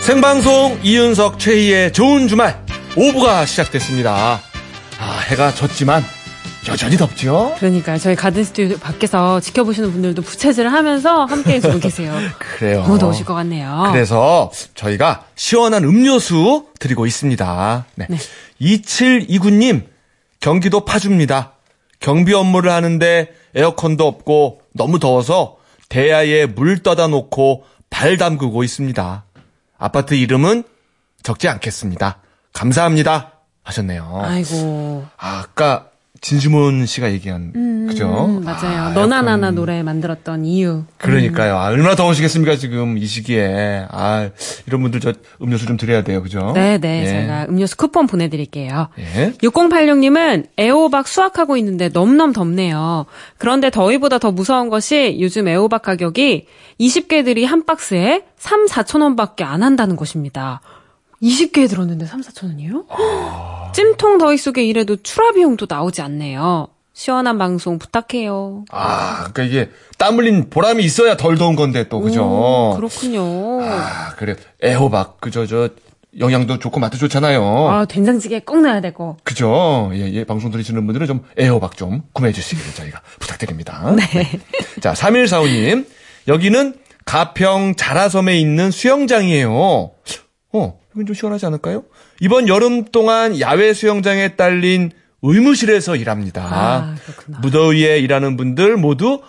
생방송 이윤석 최희의 좋은 주말 5부가 시작됐습니다. 아, 해가 졌지만 여전히 덥죠? 그러니까 저희 가든 스튜디오 밖에서 지켜보시는 분들도 부채질을 하면서 함께 해주고 계세요. 그래요. 너무 더우실 것 같네요. 그래서 저희가 시원한 음료수 드리고 있습니다. 네. 네. 2729님, 경기도 파주입니다. 경비 업무를 하는데 에어컨도 없고 너무 더워서 대야에 물 떠다 놓고 발 담그고 있습니다. 아파트 이름은 적지 않겠습니다. 감사합니다. 하셨네요. 아이고. 아, 아까 진주문 씨가 얘기한 그죠? 음, 맞아요. 아, 너나 약간 나나 노래 만들었던 이유. 그러니까요. 아, 얼마나 더우시겠습니까 지금 이 시기에. 아 이런 분들 저 음료수 좀 드려야 돼요, 그죠? 네네. 예. 제가 음료수 쿠폰 보내드릴게요. 예. 6086님은 애호박 수확하고 있는데 넘넘 덥네요. 그런데 더위보다 더 무서운 것이 요즘 애호박 가격이 20개들이 한 박스에 3, 4천 원밖에 안 한다는 것입니다. 20개 들었는데 3, 4천 원이요? 찜통 더위 속에 이래도 출하 비용도 나오지 않네요. 시원한 방송 부탁해요. 아 그러니까 이게 땀 흘린 보람이 있어야 덜 더운 건데 또 그죠? 오, 그렇군요. 어. 아 그래 애호박 그저 저 영양도 좋고 맛도 좋잖아요. 아, 된장찌개 꼭 넣어야 되고. 그죠? 예, 예, 방송 들으시는 분들은 좀 애호박 좀 구매해 주시기를 저희가 부탁드립니다. 네. 자, 3145님. 여기는 가평 자라섬에 있는 수영장이에요. 어, 여긴 좀 시원하지 않을까요? 이번 여름 동안 야외 수영장에 딸린 의무실에서 일합니다. 아, 그렇구나. 무더위에 일하는 분들 모두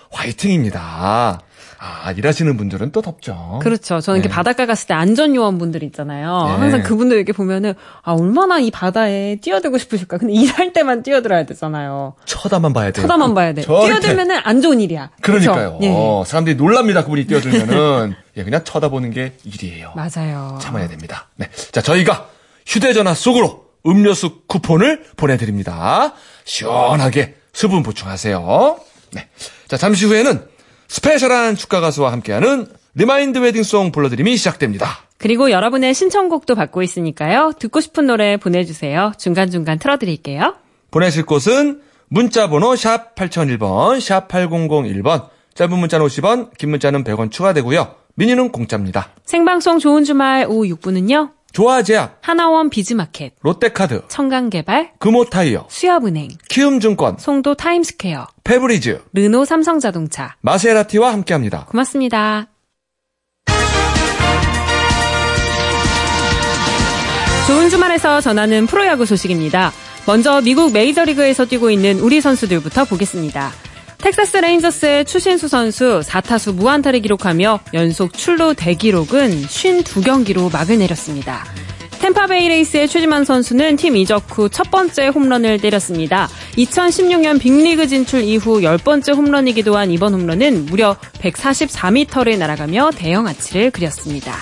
화이팅입니다. 아, 일하시는 분들은 또 덥죠. 그렇죠. 저는 이렇게 네. 바닷가 갔을 때 안전요원분들 있잖아요. 네. 항상 그분들 이렇게 보면은, 아, 얼마나 이 바다에 뛰어들고 싶으실까. 근데 일할 때만 뛰어들어야 되잖아요. 쳐다만 봐야 돼요. 쳐다만 봐야 네. 돼. 저렇게. 뛰어들면은 안 좋은 일이야. 그렇죠? 그러니까요. 예. 어, 사람들이 놀랍니다. 그분이 뛰어들면은. 예, 그냥 쳐다보는 게 일이에요. 맞아요. 참아야 됩니다. 네. 자, 저희가 휴대전화 속으로 음료수 쿠폰을 보내드립니다. 시원하게 수분 보충하세요. 네. 자, 잠시 후에는 스페셜한 축가 가수와 함께하는 리마인드 웨딩송 불러드림이 시작됩니다. 그리고 여러분의 신청곡도 받고 있으니까요. 듣고 싶은 노래 보내주세요. 중간중간 틀어드릴게요. 보내실 곳은 문자번호 샵 8001번, 샵 8001번, 짧은 문자는 50원, 긴 문자는 100원 추가되고요. 미니는 공짜입니다. 생방송 좋은 주말 오후 6분은요. 조화제약, 하나원 비즈마켓, 롯데카드, 청강개발, 금호타이어, 수협은행, 키움증권, 송도 타임스퀘어, 페브리즈, 르노 삼성자동차. 마세라티와 함께합니다. 고맙습니다. 좋은 주말에서 전하는 프로야구 소식입니다. 먼저 미국 메이저리그에서 뛰고 있는 우리 선수들부터 보겠습니다. 텍사스 레인저스의 추신수 선수 4타수 무안타를 기록하며 연속 출루 대기록은 52경기로 막을 내렸습니다. 템파베이 레이스의 최지만 선수는 팀 이적 후 첫 번째 홈런을 때렸습니다. 2016년 빅리그 진출 이후 열번째 홈런이기도 한 이번 홈런은 무려 144m를 날아가며 대형 아치를 그렸습니다.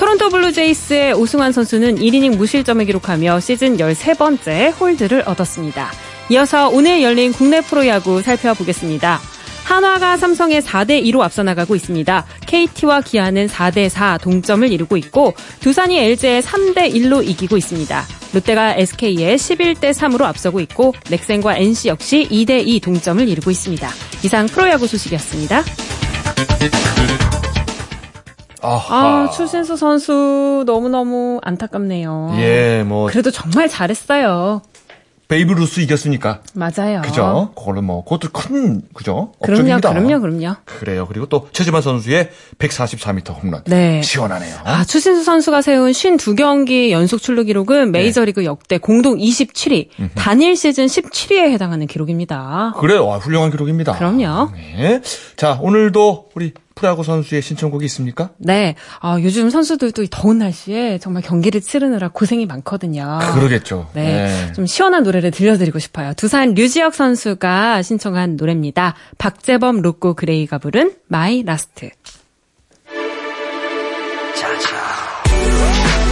토론토 블루제이스의 오승환 선수는 1이닝 무실점을 기록하며 시즌 13번째 홀드를 얻었습니다. 이어서 오늘 열린 국내 프로야구 살펴보겠습니다. 한화가 삼성에 4대2로 앞서 나가고 있습니다. KT와 기아는 4대4 동점을 이루고 있고 두산이 LG에 3대1로 이기고 있습니다. 롯데가 SK에 11대3으로 앞서고 있고 넥센과 NC 역시 2대2 동점을 이루고 있습니다. 이상 프로야구 소식이었습니다. 아, 추신수 선수 너무너무 안타깝네요. 예, 뭐 아, 그래도 정말 잘했어요. 베이브 루스 이겼으니까 맞아요. 그죠? 그걸로 뭐 그것도 큰 그죠? 그럼요, 업적입니다. 그럼요, 그럼요. 그래요. 그리고 또 최지만 선수의 144m 홈런. 네. 시원하네요. 아, 추신수 선수가 세운 52경기 연속 출루 기록은 네. 메이저리그 역대 공동 27위, 단일 시즌 17위에 해당하는 기록입니다. 그래요. 아, 훌륭한 기록입니다. 그럼요. 네. 자, 오늘도 우리 프로야구 선수의 신청곡이 있습니까? 네. 아, 요즘 선수들도 이 더운 날씨에 정말 경기를 치르느라 고생이 많거든요. 그러겠죠. 네. 좀 시원한 노래를 들려드리고 싶어요. 두산 류지혁 선수가 신청한 노래입니다. 박재범 로꼬 그레이가 부른 마이 라스트.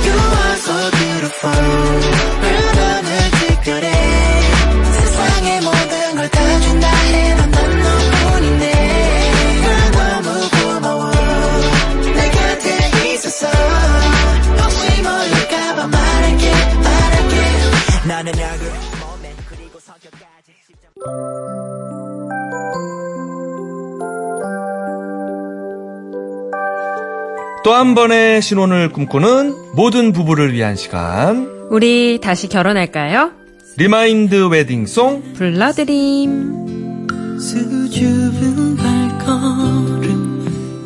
You are so beautiful 물건을 특별해 세상의 모든 걸 다 준다 해도 난 너뿐인데 널 너무 고마워 내 곁에 있어서 혹시 모를까봐 말할게 말할게 나는 약을 몸에 그리고 성격까지 또 한 번의 신혼을 꿈꾸는 모든 부부를 위한 시간 우리 다시 결혼할까요? 리마인드 웨딩송 불러드림. 수줍은 발걸음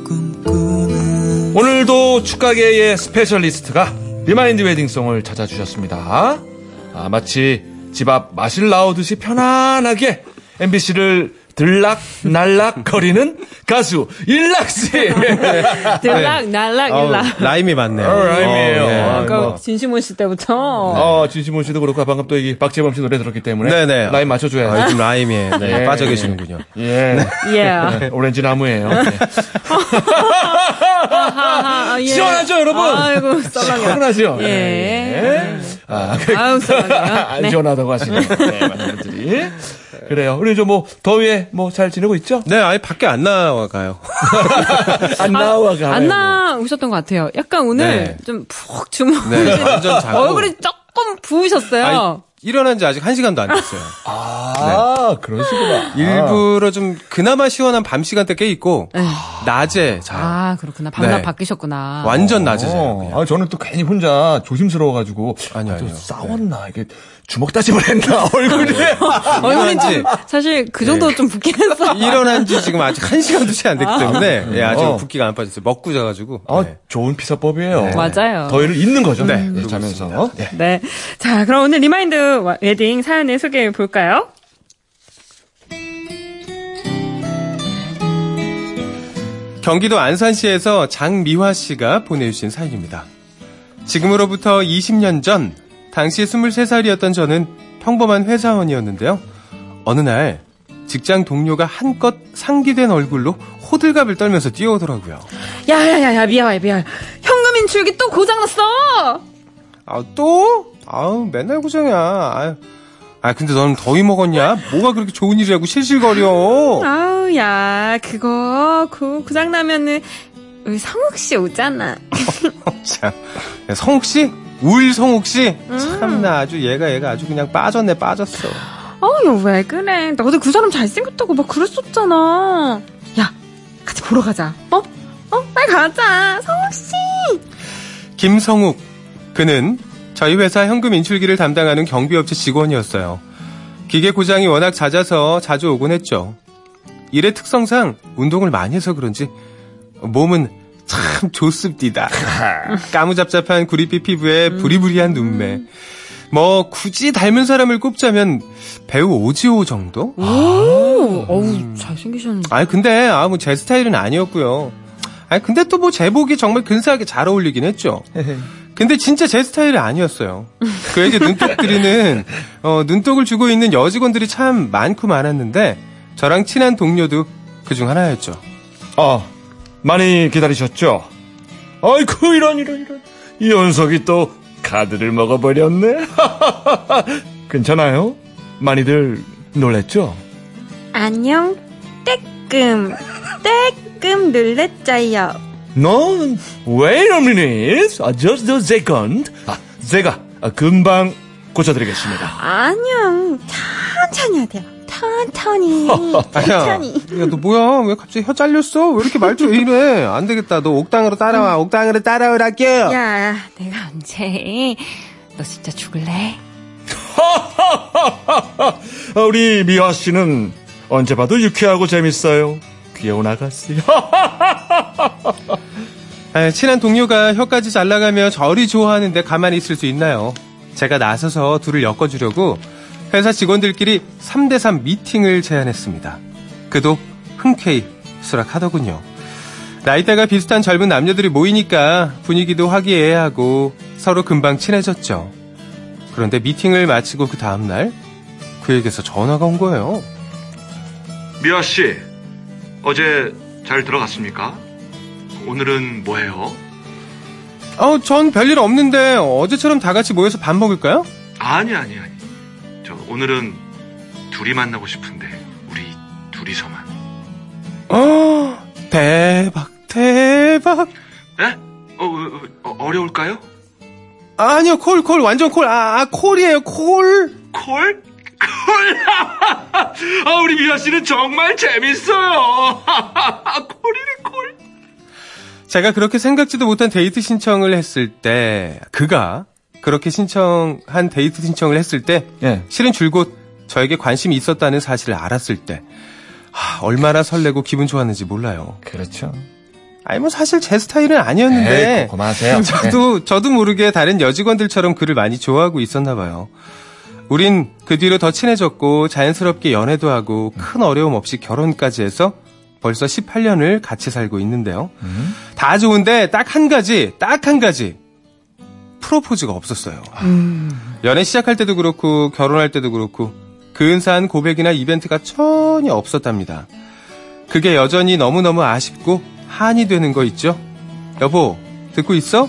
꿈꾸는 오늘도 축가계의 스페셜리스트가 리마인드 웨딩송을 찾아주셨습니다. 아, 마치 집 앞 마실 나오듯이 편안하게 MBC를 들락날락 거리는 가수 일락씨 들락, 날락, 일락. 라임이 맞네요. 어, 라임이에요. 어, 예. 아, 아까 뭐. 진심원 씨 때부터. 어, 진심원 씨도 그렇고 방금 또 여기 박재범 씨 노래 들었기 때문에 네네. 라인 맞춰줘야 아, 돼. 요즘 라임에 네, 예. 빠져 계시는군요. 예. 예. 오렌지 나무예요. 예. 아하, 예. 시원하죠, 여러분? 아이고, 썰렁해. 시원하죠? 예. 아, 아우, 썰렁해요. 안 시원하다고 하시네요. 네, 많은 분들이. 그래요. 우리 좀 뭐, 더위에 뭐 잘 지내고 있죠? 네, 아예 밖에 안 나가요. 안 나와가요. 안 나오셨던 것 같아요. 약간 오늘 네. 좀 푹 주무시는 네, 완전 자고. 얼굴이 조금 아니, 부으셨어요. 일어난 지 아직 한 시간도 안 됐어요. 아, 그런 식으로. 일부러 좀 그나마 시원한 밤 시간대 깨 있고 네. 낮에 자요. 아, 그렇구나. 밤낮 네. 바뀌셨구나. 완전 아, 낮에 자요. 어, 그냥. 아, 저는 또 괜히 혼자 조심스러워가지고. 아니요, 아, 또 아니요. 싸웠나? 이게 주먹 다짐을 했나? 얼굴에. 얼굴이 좀, 일어난지. 사실 그 정도 좀 붓긴 했어. 일어난 지 지금 아직 한 시간도 채 안 됐기 때문에 예, 아직 어. 붓기가 안 빠졌어요. 먹고 자가지고. 아, 네. 좋은 피서법이에요. 맞아요. 더위를 잇는 거죠. 네, 예, 그러고 자면서. 예. 네. 자, 그럼 오늘 리마인드 와- 웨딩 사연을 소개해 볼까요? 경기도 안산시에서 장미화 씨가 보내주신 사연입니다. 지금으로부터 20년 전, 당시 23살이었던 저는 평범한 회사원이었는데요. 어느 날, 직장 동료가 한껏 상기된 얼굴로 호들갑을 떨면서 뛰어오더라고요. 야, 야, 야, 야, 미아야, 미아. 현금 인출기 또 고장났어! 아, 또? 아우, 맨날 고생이야. 아유. 아, 근데 너는 더위 먹었냐? 뭐가 그렇게 좋은 일이라고 어. 실실거려. 아우, 야, 그거, 그, 고장나면은, 우리 성욱씨 오잖아. 자, 네, 성욱 씨? 울 성욱 씨? 참나 아주 얘가 얘가 아주 그냥 빠졌네 빠졌어. 어우, 야, 왜 그래. 나도 그 사람 잘생겼다고 막 그랬었잖아. 야, 같이 보러 가자. 어? 어? 빨리 가자. 성욱씨! 김성욱. 그는 저희 회사 현금 인출기를 담당하는 경비업체 직원이었어요. 기계 고장이 워낙 잦아서 자주 오곤 했죠. 일의 특성상 운동을 많이 해서 그런지 몸은 참 좋습디다. 네. 까무잡잡한 구릿빛 피부에 부리부리한 눈매. 뭐 굳이 닮은 사람을 꼽자면 배우 오지호 정도? 오, 어우, 잘생기셨는데. 아니 근데 아 뭐 제 스타일은 아니었고요. 아니 근데 또 뭐 제복이 정말 근사하게 잘 어울리긴 했죠. 근데 진짜 제 스타일이 아니었어요. 그에게 눈독 들이는 어, 눈독을 주고 있는 여직원들이 참 많고 많았는데 저랑 친한 동료도 그중 하나였죠. 아, 많이 기다리셨죠? 아이쿠, 이런, 이런, 이런. 이 연석이 또 카드를 먹어버렸네. 괜찮아요? 많이들 놀랬죠? 안녕, 떼끔. 떼끔 놀랬자요. No, wait a minute. Uh, Just a second. 아, 제가 아, 금방 고쳐드리겠습니다. 아니야. 천천히 해야 돼요. 천천히. 아야, 천천히. 야 너 뭐야? 왜 갑자기 혀 잘렸어? 왜 이렇게 말투 왜 이래? 안 되겠다. 너 옥당으로 따라와. 옥당으로 따라오라게요. 야, 내가 언제. 너 진짜 죽을래? 아, 우리 미화 씨는 언제 봐도 유쾌하고 재밌어요. 귀여운 아가씨. 아, 친한 동료가 혀까지 잘나가며 저리 좋아하는데 가만히 있을 수 있나요? 제가 나서서 둘을 엮어주려고 회사 직원들끼리 3대3 미팅을 제안했습니다. 그도 흔쾌히 수락하더군요. 나이대가 비슷한 젊은 남녀들이 모이니까 분위기도 화기애애하고 서로 금방 친해졌죠. 그런데 미팅을 마치고 그 다음날 그에게서 전화가 온 거예요. 미아 씨, 어제 잘 들어갔습니까? 오늘은 뭐해요? 아우, "어, 전 별일 없는데 어제처럼 다 같이 모여서 밥 먹을까요? 아니 아니 아니. 저 오늘은 둘이 만나고 싶은데 우리 둘이서만. 어, 대박, 대박. 에? 어, 어, 어, 어려울까요? 아니요, 콜, 콜, 완전 콜. 아, 아, 콜이에요, 콜. 콜? 콜! 아 우리 미아 씨는 정말 재밌어요. 콜이네 콜. 제가 그렇게 생각지도 못한 데이트 신청을 했을 때 그가 그렇게 신청한 데이트 신청을 했을 때 예. 실은 줄곧 저에게 관심이 있었다는 사실을 알았을 때 하, 얼마나 설레고 기분 좋았는지 몰라요. 그렇죠. 아니 뭐 사실 제 스타일은 아니었는데 에이, 뭐 그만하세요. 예. 네. 네. 저도 저도 모르게 다른 여직원들처럼 그를 많이 좋아하고 있었나 봐요. 우린 그 뒤로 더 친해졌고 자연스럽게 연애도 하고 큰 어려움 없이 결혼까지 해서 벌써 18년을 같이 살고 있는데요. 음. 다 좋은데 딱 한 가지, 딱 한 가지 프로포즈가 없었어요. 아. 음. 연애 시작할 때도 그렇고 결혼할 때도 그렇고 근사한 고백이나 이벤트가 전혀 없었답니다. 그게 여전히 너무너무 아쉽고 한이 되는 거 있죠? 여보, 듣고 있어?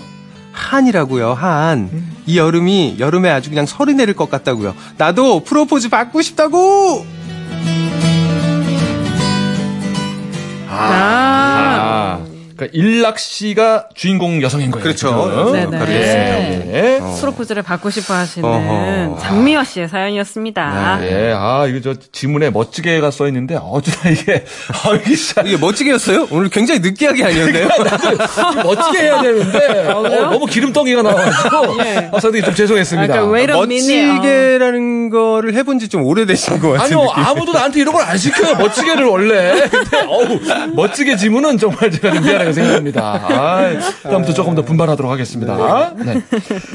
한이라고요, 한. 이 여름이 여름에 아주 그냥 설이 내릴 것 같다고요. 나도 프로포즈 받고 싶다고! 아, 아, 그러니까 일락 씨가 주인공 여성인 거예요. 그렇죠. 지금. 네네. 예. 예. 프로포즈를 받고 싶어 하시는 어허. 장미화 씨의 사연이었습니다. 예, 아, 이거 저 지문에 멋지게가 써 있는데 어쩌다 이게 아, 이게 진짜 이게 멋지게였어요? 오늘 굉장히 느끼하게 아니었나요? 멋지게 해야 되는데 아, 어, 너무 기름덩이가 나와가지고 아, 선생님 좀 죄송했습니다. 약간 왜 이런 미니 어. 멋지게라는 거를 해본 지 좀 오래되신 것 같은 아니요, 느낌. 아무도 나한테 이런 걸 안 시켜요. 멋지게를 원래. 근데 어우, 멋지게 지문은 정말 제가 좀 미안하게 생각합니다. 아, 다음부터 조금 더 분발하도록 하겠습니다. 네.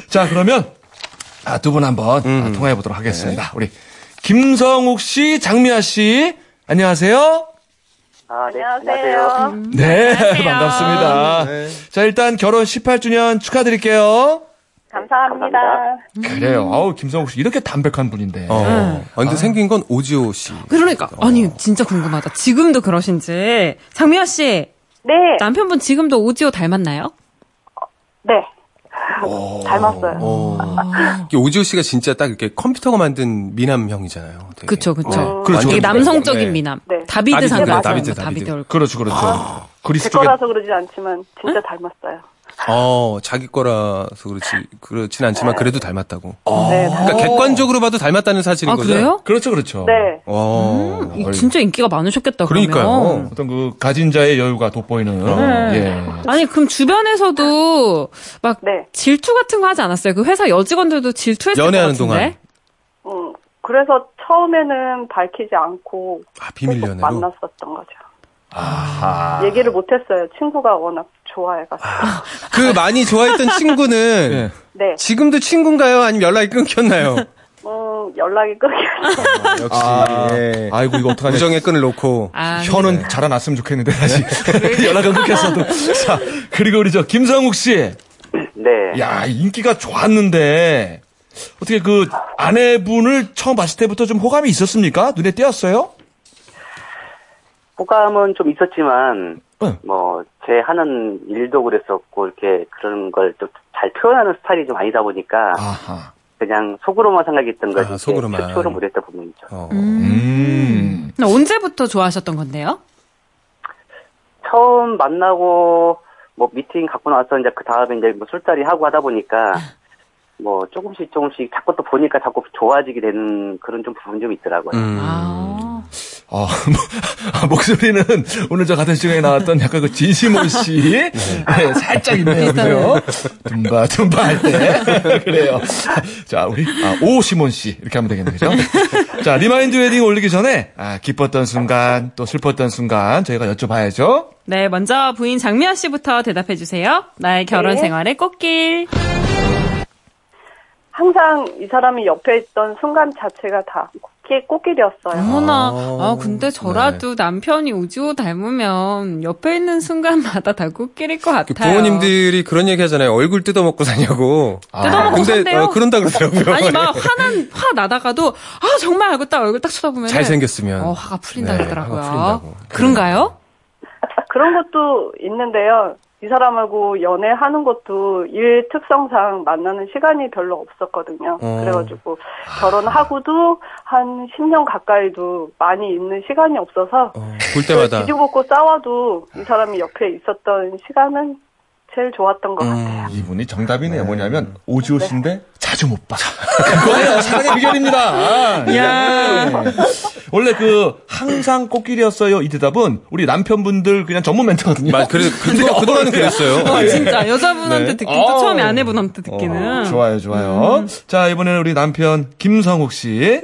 자, 그러면 아, 두 분 한번 아, 통화해 보도록 하겠습니다. 우리 김성욱 씨, 장미아 씨, 안녕하세요. 아, 네. 안녕하세요. 네, 어. 반갑습니다. 자, 일단 결혼 18주년 축하드릴게요. 감사합니다. 그래요. 아우, 김성욱 씨 이렇게 담백한 분인데. 네. 어, 언제 생긴 건 오지오 씨. 그러니까 아니 진짜 궁금하다. 지금도 그러신지 장미화 씨 네. 남편분 지금도 오지오 닮았나요? 네. 닮았어요. 이게 오지오 씨가 진짜 딱 이렇게 컴퓨터가 만든 미남형이잖아요. 되게. 그쵸 그쵸. 그렇죠. 되게 완전 남성적인 네. 미남. 어. 네. 다비드 상그 다비드, 다비드 다비드. 다비드 얼굴. 그렇죠, 그렇죠. 제 그리스 쪽에 거라서 그러진 않지만 진짜 닮았어요. 어, 자기 거라서 그렇지, 그렇진 않지만 그래도 닮았다고. 네. 닮- 그러니까 객관적으로 봐도 닮았다는 사실인 어. 아 거죠. 그래요? 음. 그렇죠, 그렇죠. 네. 어. 이- 진짜 인기가 많으셨겠다. 그러니까요. 그러면. 어떤 그 가진 자의 여유가 돋보이는 예. 아니 그럼 주변에서도 막 네. 질투 같은 거 하지 않았어요? 그 회사 여직원들도 질투했을 연애하는 것 같은데. 음, 그래서 처음에는 밝히지 않고 아, 계속 비밀 연애로. 만났었던 거죠. 얘기를 못했어요. 친구가 워낙 좋아해가지고. 그 많이 좋아했던 친구는 예. 네. 지금도 친구인가요? 아니면 연락이 끊겼나요? 네. 음, 연락이 끊겼어요. 아, 역시 예. 아이고 이거 어떡하냐. 우정의 끈을 놓고 아, 혀는 자라났으면 좋겠는데 다시 연락은 끊겼어도. 자 그리고 우리 저 김성욱 씨, 네. 야 인기가 좋았는데 어떻게 그 아내분을 처음 봤을 때부터 좀 호감이 있었습니까? 눈에 띄었어요? 호감은 좀 있었지만, 응. 뭐, 제 하는 일도 그랬었고, 이렇게 그런 걸 좀 잘 표현하는 스타일이 좀 아니다 보니까, 아하. 그냥 속으로만 생각했던 걸 아, 이렇게 속으로만. 표출을 못했다 보면 있죠. 어. 음. 근데 언제부터 좋아하셨던 건데요? 처음 만나고, 뭐, 미팅 갖고 나서 이제 그 다음에 이제 뭐 술자리 하고 하다 보니까, 뭐, 조금씩 조금씩 자꾸 또 보니까 자꾸 좋아지게 되는 그런 좀 부분 좀 있더라고요. 음. 아. 아, 뭐, 아, 목소리는 오늘 저 같은 시간에 나왔던 약간 그 진시몬 씨 네, 살짝 있네요, 그죠? 둠바 둠바 할 때. 그래요. 자, 우리 아, 오시몬 씨 이렇게 하면 되겠네요. 그죠? 자, 리마인드 웨딩 올리기 전에 아, 기뻤던 순간 또 슬펐던 순간 저희가 여쭤봐야죠. 네, 먼저 부인 장미아 씨부터 대답해 주세요. 나의 결혼 네. 생활의 꽃길. 항상 이 사람이 옆에 있던 순간 자체가 다 꽃길, 꽃길이었어요. 음. 어머나, 아 네. 근데 저라도 남편이 우지호 닮으면 옆에 있는 순간마다 다 꽃길일 것 그 같아요. 부모님들이 그런 얘기 하잖아요. 얼굴 뜯어먹고 사냐고. 아. 뜯어먹고 근데 산대요? 어, 그런다 그러더라고요. 아니 막 화난 화 나다가도 아 정말 하고 딱 얼굴 딱 쳐다보면 잘생겼으면. 어 화가 풀린다 네, 그러더라고요. 화가 풀린다고. 네. 그런가요? 아, 그런 것도 있는데요. 이 사람하고 연애하는 것도 일 특성상 만나는 시간이 별로 없었거든요. 어. 그래가지고 결혼하고도 한 10년 가까이도 많이 있는 시간이 없어서 어, 볼 때마다. 뒤집어먹고 싸워도 이 사람이 옆에 있었던 시간은 제일 좋았던 음. 것 같아요. 이분이 정답이네요. 뭐냐면 오지호 씨인데 자주 못 봐. 그거예요. 사랑의 비결입니다. 아, 야. 네. 원래 그 항상 코끼리였어요 이 대답은 우리 남편분들 그냥 전문 멘트거든요. 맞, 그래, 그러니까 그동안, 그동안은 그랬어요. 어, 예. 진짜 여자분한테 네. 듣긴 또 어. 처음에 아내분한테 듣기는 어, 좋아요, 좋아요. 자, 이번에는 우리 남편 김성욱 씨.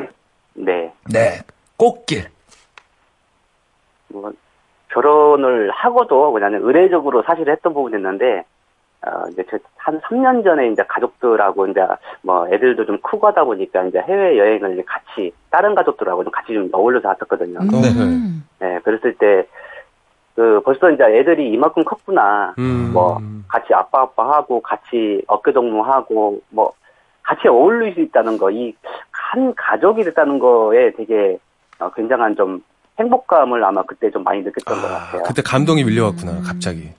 네. 네. 꽃길. 뭐, 결혼을 하고도 그냥 의례적으로 사실 했던 부분이었는데, 어, 이제 저- 한 3년 전에 이제 가족들하고 이제 뭐 애들도 좀 크고 하다 보니까 이제 해외여행을 이제 같이, 다른 가족들하고 좀 같이 좀 어울려서 갔었거든요. 네. 음. 네, 그랬을 때, 그, 벌써 이제 애들이 이만큼 컸구나. 음. 뭐, 같이 아빠 아빠 하고, 같이 어깨동무하고, 뭐, 같이 어울릴 수 있다는 거, 이 한 가족이 됐다는 거에 되게 어, 굉장한 좀 행복감을 아마 그때 좀 많이 느꼈던 것 아, 같아요. 그때 감동이 밀려왔구나, 갑자기.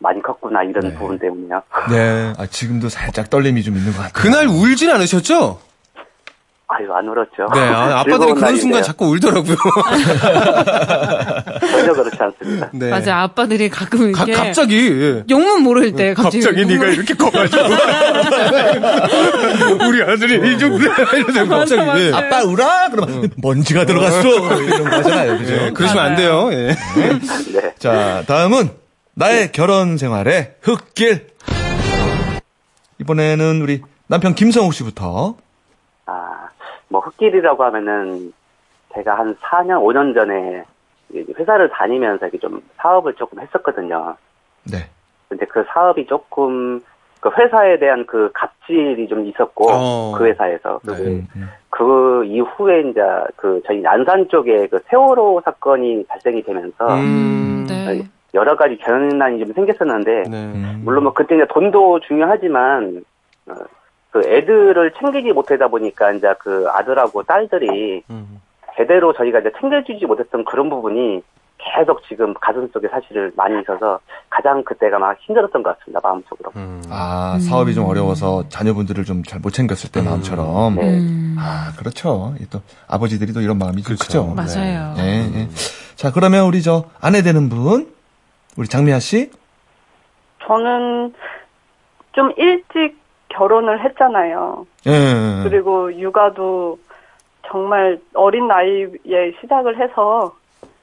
많이 컸구나, 이런 네. 부분 때문에요. 네. 아, 지금도 살짝 떨림이 좀 있는 것 같아요. 그날 울진 않으셨죠? 아유, 안 울었죠. 네, 아, 빠들이 즐거운 그런 날인데요. 순간 자꾸 울더라고요. 전혀 그렇지 않습니다. 네. 맞아 요 아빠들이 가끔 가- 이렇게 갑자기. 예. 영문 모를 때 갑자기, 네가 눈물- 이렇게 커가지고 우리 아들이 이 정도 맞아, 갑자기, 맞아. 예. 아빠 울어 그러면 먼지가 들어갔어 이런 거 하잖아요 그죠 예, 그러시면 안 돼요. 예. 네. 자 다음은 나의 결혼 생활의 흙길 이번에는 우리 남편 김성욱 씨부터 아, 뭐, 흑길이라고 하면은, 제가 한 4년, 5년 전에 이제 회사를 다니면서 이렇게 좀 사업을 조금 했었거든요. 네 근데 그 사업이 조금, 그 회사에 대한 그 갑질이 좀 있었고, 어. 그 회사에서. 그리고 네. 그 이후에 이제 그 저희 안산 쪽에 그 세월호 사건이 발생이 되면서 음. 아, 네. 여러 가지 재난이 좀 생겼었는데, 네. 음. 물론 뭐 그때 이제 돈도 중요하지만 어, 그 애들을 챙기지 못하다 보니까 이제 그 아들하고 딸들이 음. 제대로 저희가 이제 챙겨주지 못했던 그런 부분이 계속 지금 가슴 속에 사실을 많이 있어서 가장 그때가 막 힘들었던 것 같습니다 마음속으로. 음. 아 사업이 좀 어려워서 자녀분들을 좀 잘 못 챙겼을 때 마음처럼 네. 음. 아 그렇죠 이또 아버지들이 또 이런 마음이 좀 크죠 그렇죠. 맞아요. 네, 예. 자 그러면 우리 저 아내 되는 분 우리 장미아 씨 저는 좀 일찍 결혼을 했잖아요. 예, 예. 예. 그리고 육아도 정말 어린 나이에 시작을 해서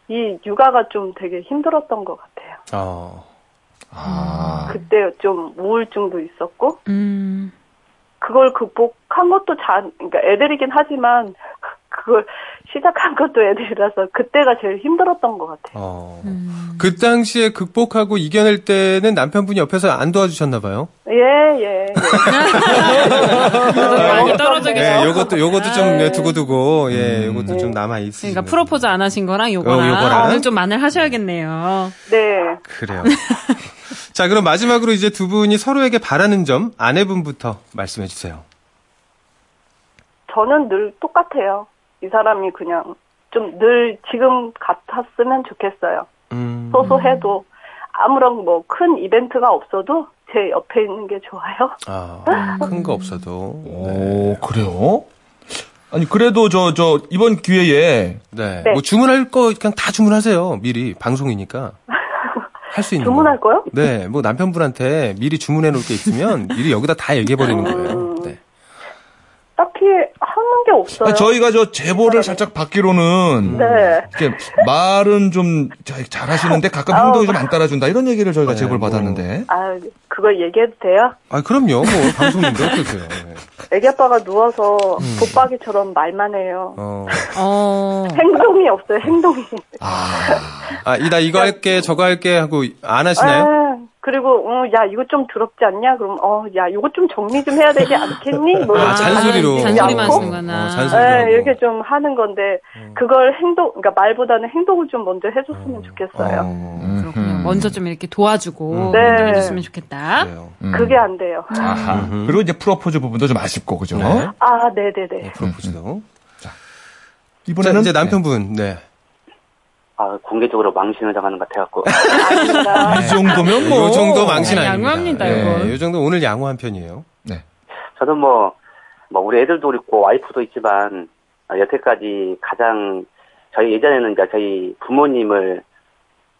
이 육아가 좀 되게 힘들었던 것 같아요. 아. 아, 그때 좀 우울증도 있었고 음. 그걸 극복한 것도 자, 그러니까 애들이긴 하지만 그걸 시작한 것도 애들이라서 그때가 제일 힘들었던 것 같아요. 어. 음. 그 당시에 극복하고 이겨낼 때는 남편분이 옆에서 안 도와주셨나 봐요. 예, 예. 예. 많이 떨어져 계셔. 예, 요것도 요것도 좀 예, 두고두고 예, 음. 요것도 좀 남아 있으시. 네. 그러니까 프로포즈 안 하신 거랑 어, 요거랑, 요거랑. 오늘 좀 만을 하셔야겠네요. 네. 그래요. 자, 그럼 마지막으로 이제 두 분이 서로에게 바라는 점 아내분부터 말씀해 주세요. 저는 늘 똑같아요. 이 사람이 그냥 좀 늘 지금 같았으면 좋겠어요. 음. 소소해도 아무런 뭐 큰 이벤트가 없어도 제 옆에 있는 게 좋아요. 아, 큰 거 없어도. 오, 그래요? 아니, 그래도 저, 저, 이번 기회에, 네. 네. 뭐 주문할 거 그냥 다 주문하세요. 미리 방송이니까. 할 수 있는 거. 주문할 거요? 네. 뭐 남편분한테 미리 주문해 놓을 게 있으면 미리 여기다 다 얘기해 버리는 음. 거예요. 네. 딱히 하는 게 없어요. 아, 저희가 저 제보를 살짝 받기로는, 네. 이렇게 말은 좀 잘, 하시는데 가끔 아우. 행동이 좀 안 따라준다. 이런 얘기를 저희가 네, 제보를 뭐. 받았는데. 아, 그걸 얘기해도 돼요? 아, 그럼요. 뭐 방송인데 어떡해요. 네. 애기 아빠가 누워서 봇박이처럼 말만 해요. 어. 어. 행동이 없어요, 행동이. 아, 이 나 이거 할게, 저거 할게 하고 안 하시나요? 아, 그리고, 어, 야, 이거 좀 더럽지 않냐? 그럼, 어, 야, 이거 좀 정리 좀 해야 되지 않겠니? 뭐, 아, 잔소리로. 아, 잔소리만 하고? 하시는구나. 어, 예, 잔소리. 하고. 이렇게 좀 하는 건데, 그걸 행동, 그러니까 말보다는 행동을 좀 먼저 해줬으면 좋겠어요. 어, 음, 그렇군요. 음. 먼저 좀 이렇게 도와주고 음. 네. 네. 해줬으면 좋겠다. 그래요. 음. 그게 안 돼요. 아하. 그리고 이제 프로포즈 부분도 좀 아쉽고, 그죠? 네. 아, 네네네. 네, 프로포즈도. 자, 이번에는. 이제 남편분, 네. 아, 공개적으로 망신을 당하는 것 같아갖고. 아닙니다. 네. 이 정도면 뭐. 요 정도 망신 아니, 아닙니다. 양호합니다, 이건. 네, 요 정도 오늘 양호한 편이에요. 네. 저는 뭐, 뭐, 우리 애들도 있고, 와이프도 있지만, 어, 여태까지 가장, 저희 예전에는 이제 저희 부모님을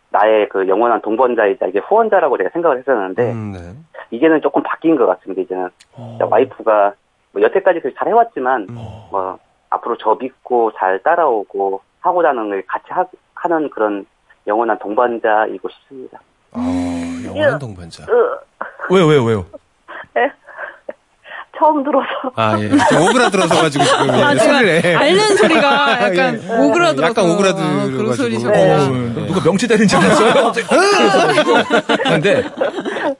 나의 그 영원한 동반자이자 이제 후원자라고 제가 생각을 했었는데, 음, 네. 이제는 조금 바뀐 것 같습니다, 이제는. 이제 와이프가, 뭐 여태까지 그잘 해왔지만, 뭐, 앞으로 앞으로 저 믿고 잘 따라오고 하고자 하는 걸 같이 하, 하는 그런 영원한 동반자이고 싶습니다. 아, 영원한 동반자. 으, 왜요, 왜요, 왜요? 처음 들어서 아, 예. 좀 오그라들어서 가지고 지금 예, 아, 제가 네. 소리를 해. 앓는 소리가 약간 예. 오그라들어. 약간 아, 오그라들어 그런 가지고. 소리죠. 어, 네. 예. 어, 누가 명치 때린 줄 아! 알았어요? 근데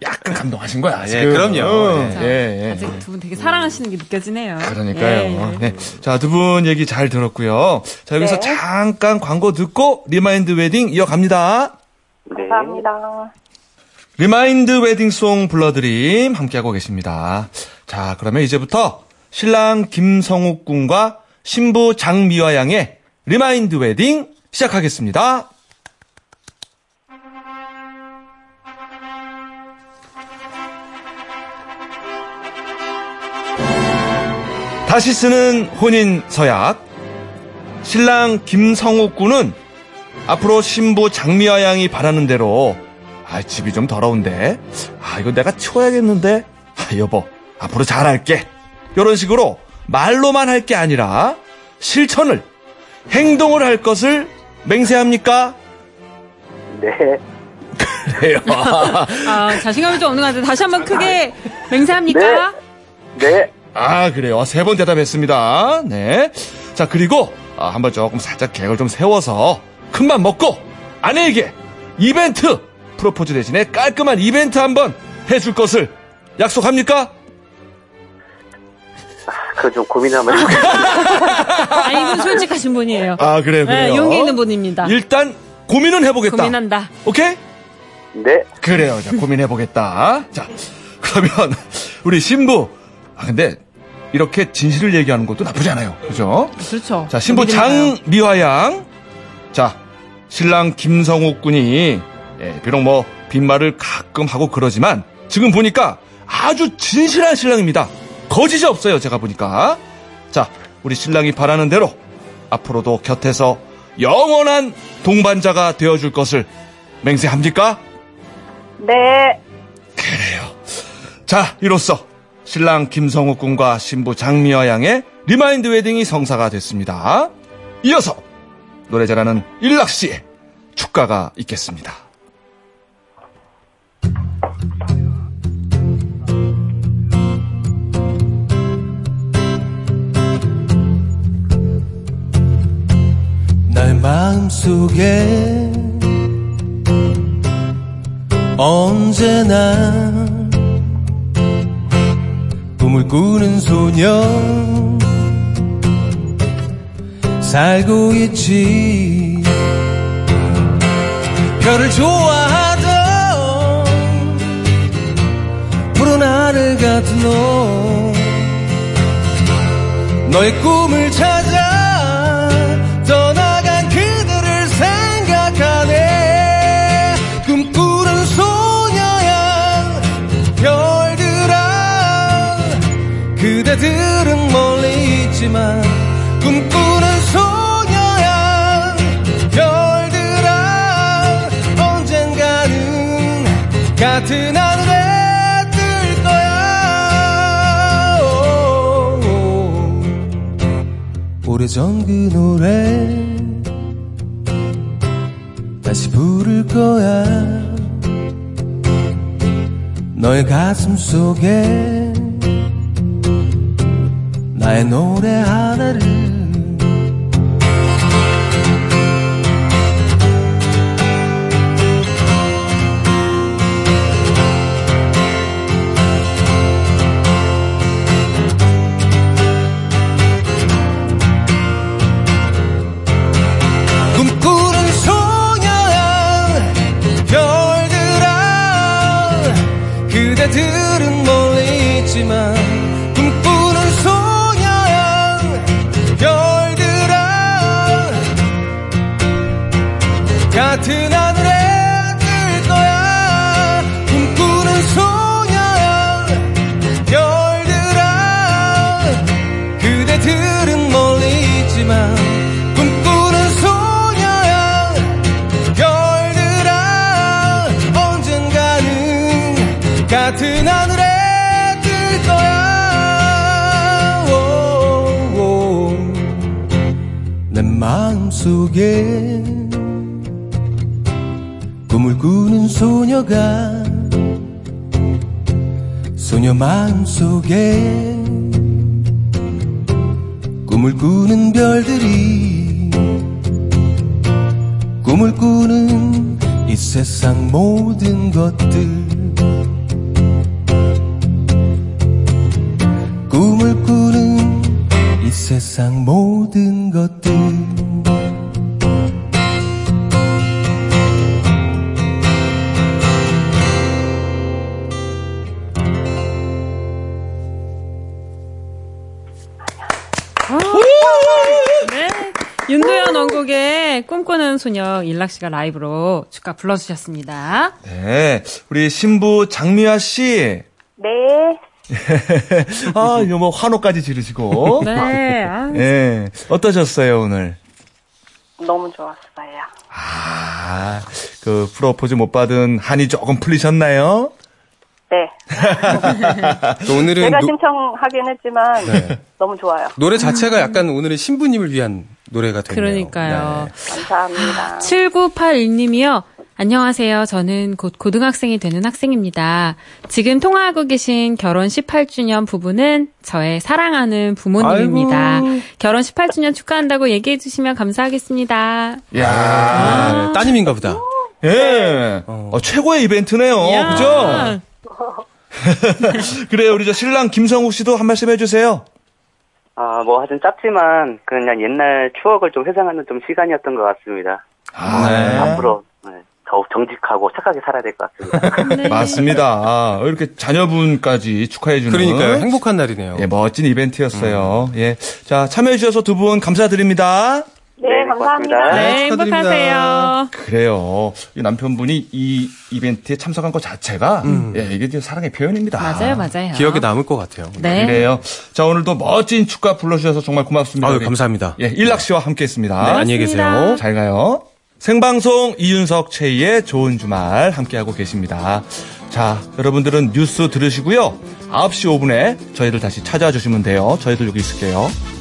약간 감동하신 아, 거야, 예, 지금. 그럼요. 어, 자, 예, 예. 아직 그러니까 두 분 되게 사랑하시는 게 느껴지네요. 그러니까요. 예. 네. 자, 두 분 얘기 잘 들었고요. 자, 여기서 네. 잠깐 광고 듣고 리마인드 웨딩 이어갑니다. 네. 감사합니다. 리마인드 웨딩송 불러드림 함께하고 계십니다. 자, 그러면 이제부터 신랑 김성욱 군과 신부 장미화 양의 리마인드 웨딩 시작하겠습니다. 다시 쓰는 혼인 서약. 신랑 김성욱 군은 앞으로 신부 장미화 양이 바라는 대로 아 집이 좀 더러운데 아 이거 내가 치워야겠는데 아 여보 앞으로 잘할게 이런 식으로 말로만 할 게 아니라 실천을 행동을 할 것을 맹세합니까? 네. 그래요. 아, 자신감이 좀 없는 것 같아요. 다시 한번 크게 맹세합니까? 네. 아 그래요. 세 번 대답했습니다. 네. 자 그리고 아, 한번 조금 살짝 계획을 좀 세워서 큰맘 먹고 아내에게 이벤트 프로포즈 대신에 깔끔한 이벤트 한번 해줄 것을 약속합니까? 그거 좀 고민하면 해볼게요. 아, 이분 솔직하신 분이에요. 아 그래요 네, 그래요. 용기 있는 분입니다. 일단 고민은 해보겠다. 고민한다. 오케이? 네. 그래요. 자, 고민해보겠다. 자, 그러면 우리 신부. 아, 근데 이렇게 진실을 얘기하는 것도 나쁘지 않아요. 그죠? 그렇죠. 자, 신부 믿을까요? 장미화 양. 자, 신랑 김성욱 군이 예, 비록 뭐 빈말을 가끔 하고 그러지만 지금 보니까 아주 진실한 신랑입니다. 거짓이 없어요. 제가 보니까. 자, 우리 신랑이 바라는 대로 앞으로도 곁에서 영원한 동반자가 되어줄 것을 맹세합니까? 네. 자, 이로써 신랑 김성욱 군과 신부 장미화 양의 리마인드 웨딩이 성사가 됐습니다. 이어서 노래 잘하는 일락 씨의 축가가 있겠습니다. 날 마음속에 언제나 꿈을 꾸는 소녀 살고 있지 별을 좋아하던 푸른 하늘 같은 옷 너의 꿈을 찾아 떠나간 그들을 생각하네 꿈꾸는 소녀야 별들아 그대들은 멀리 있지만 꿈꾸는 소녀야 별들아 언젠가는 같은 하늘에 뜰 거야 오래전 그 노래 다시 부를 거야 너의 가슴 속에 나의 노래 하나를 꿈꾸는 소녀야 별들아 그대들은 멀리 있지만 꿈꾸는 소녀야 별들아 같은 하늘에 뜰 거야 꿈꾸는 소녀야 별들아 그대들은 멀리 있지만 꿈꾸는 소녀야 별들아 언젠가는 같은 하늘에 뜰 거야 오, 오. 내 마음속에 꿈을 꾸는 소녀가 소녀 마음속에 꿈을 꾸는 별들이 꿈을 꾸는 이 세상 모든 것들 꿈을 꾸는 이 세상 모든 것들 네. 윤도현 원곡의 꿈꾸는 소녀 일락 씨가 라이브로 축가 불러주셨습니다. 네. 우리 신부 장미화 씨. 네. 아, 이거 뭐 환호까지 지르시고. 네. 아, 예. 어떠셨어요, 오늘? 너무 좋았어요. 아, 그 프로포즈 못 받은 한이 조금 풀리셨나요? 네. 또 오늘은 제가 노- 신청하긴 했지만 너무 좋아요. 노래 자체가 약간 오늘은 신부님을 위한 노래가 되네요. 그러니까요. 감사합니다. 7981님이요. 안녕하세요. 저는 곧 고등학생이 되는 학생입니다. 지금 통화하고 계신 결혼 18주년 부부는 저의 사랑하는 부모님입니다. 아이고. 결혼 18주년 축하한다고 얘기해 주시면 감사하겠습니다. 야 네. 따님인가 보다. 음. 예. 어, 최고의 이벤트네요. 어, 이야. 그죠? 그래요. 우리 저 신랑 김성욱 씨도 한 말씀 해주세요. 아, 뭐 하여튼 짧지만 그냥 옛날 추억을 좀 회상하는 좀 시간이었던 것 같습니다. 아, 앞으로 네, 더욱 정직하고 착하게 살아야 될 것 같습니다. 네. 맞습니다. 아, 이렇게 자녀분까지 축하해주는. 음. 그러니까요. 행복한 날이네요. 예, 멋진 이벤트였어요. 예. 자, 참여해주셔서 두 분 감사드립니다. 네, 감사합니다. 고맙습니다. 네, 축하드립니다. 행복하세요. 그래요. 이 남편분이 이 이벤트에 참석한 것 자체가, 음. 예, 이게 이제 사랑의 표현입니다. 맞아요, 맞아요. 기억에 남을 것 같아요. 네. 그래요. 자, 오늘도 멋진 축가 불러주셔서 정말 고맙습니다. 아유, 우리, 감사합니다. 예, 일락 씨와 함께 했습니다. 네, 안녕히 계세요. 잘 가요. 생방송 이윤석 최희의 좋은 주말 함께하고 계십니다. 자, 여러분들은 뉴스 들으시고요. 9시 5분에 저희를 다시 찾아주시면 돼요. 저희들 여기 있을게요.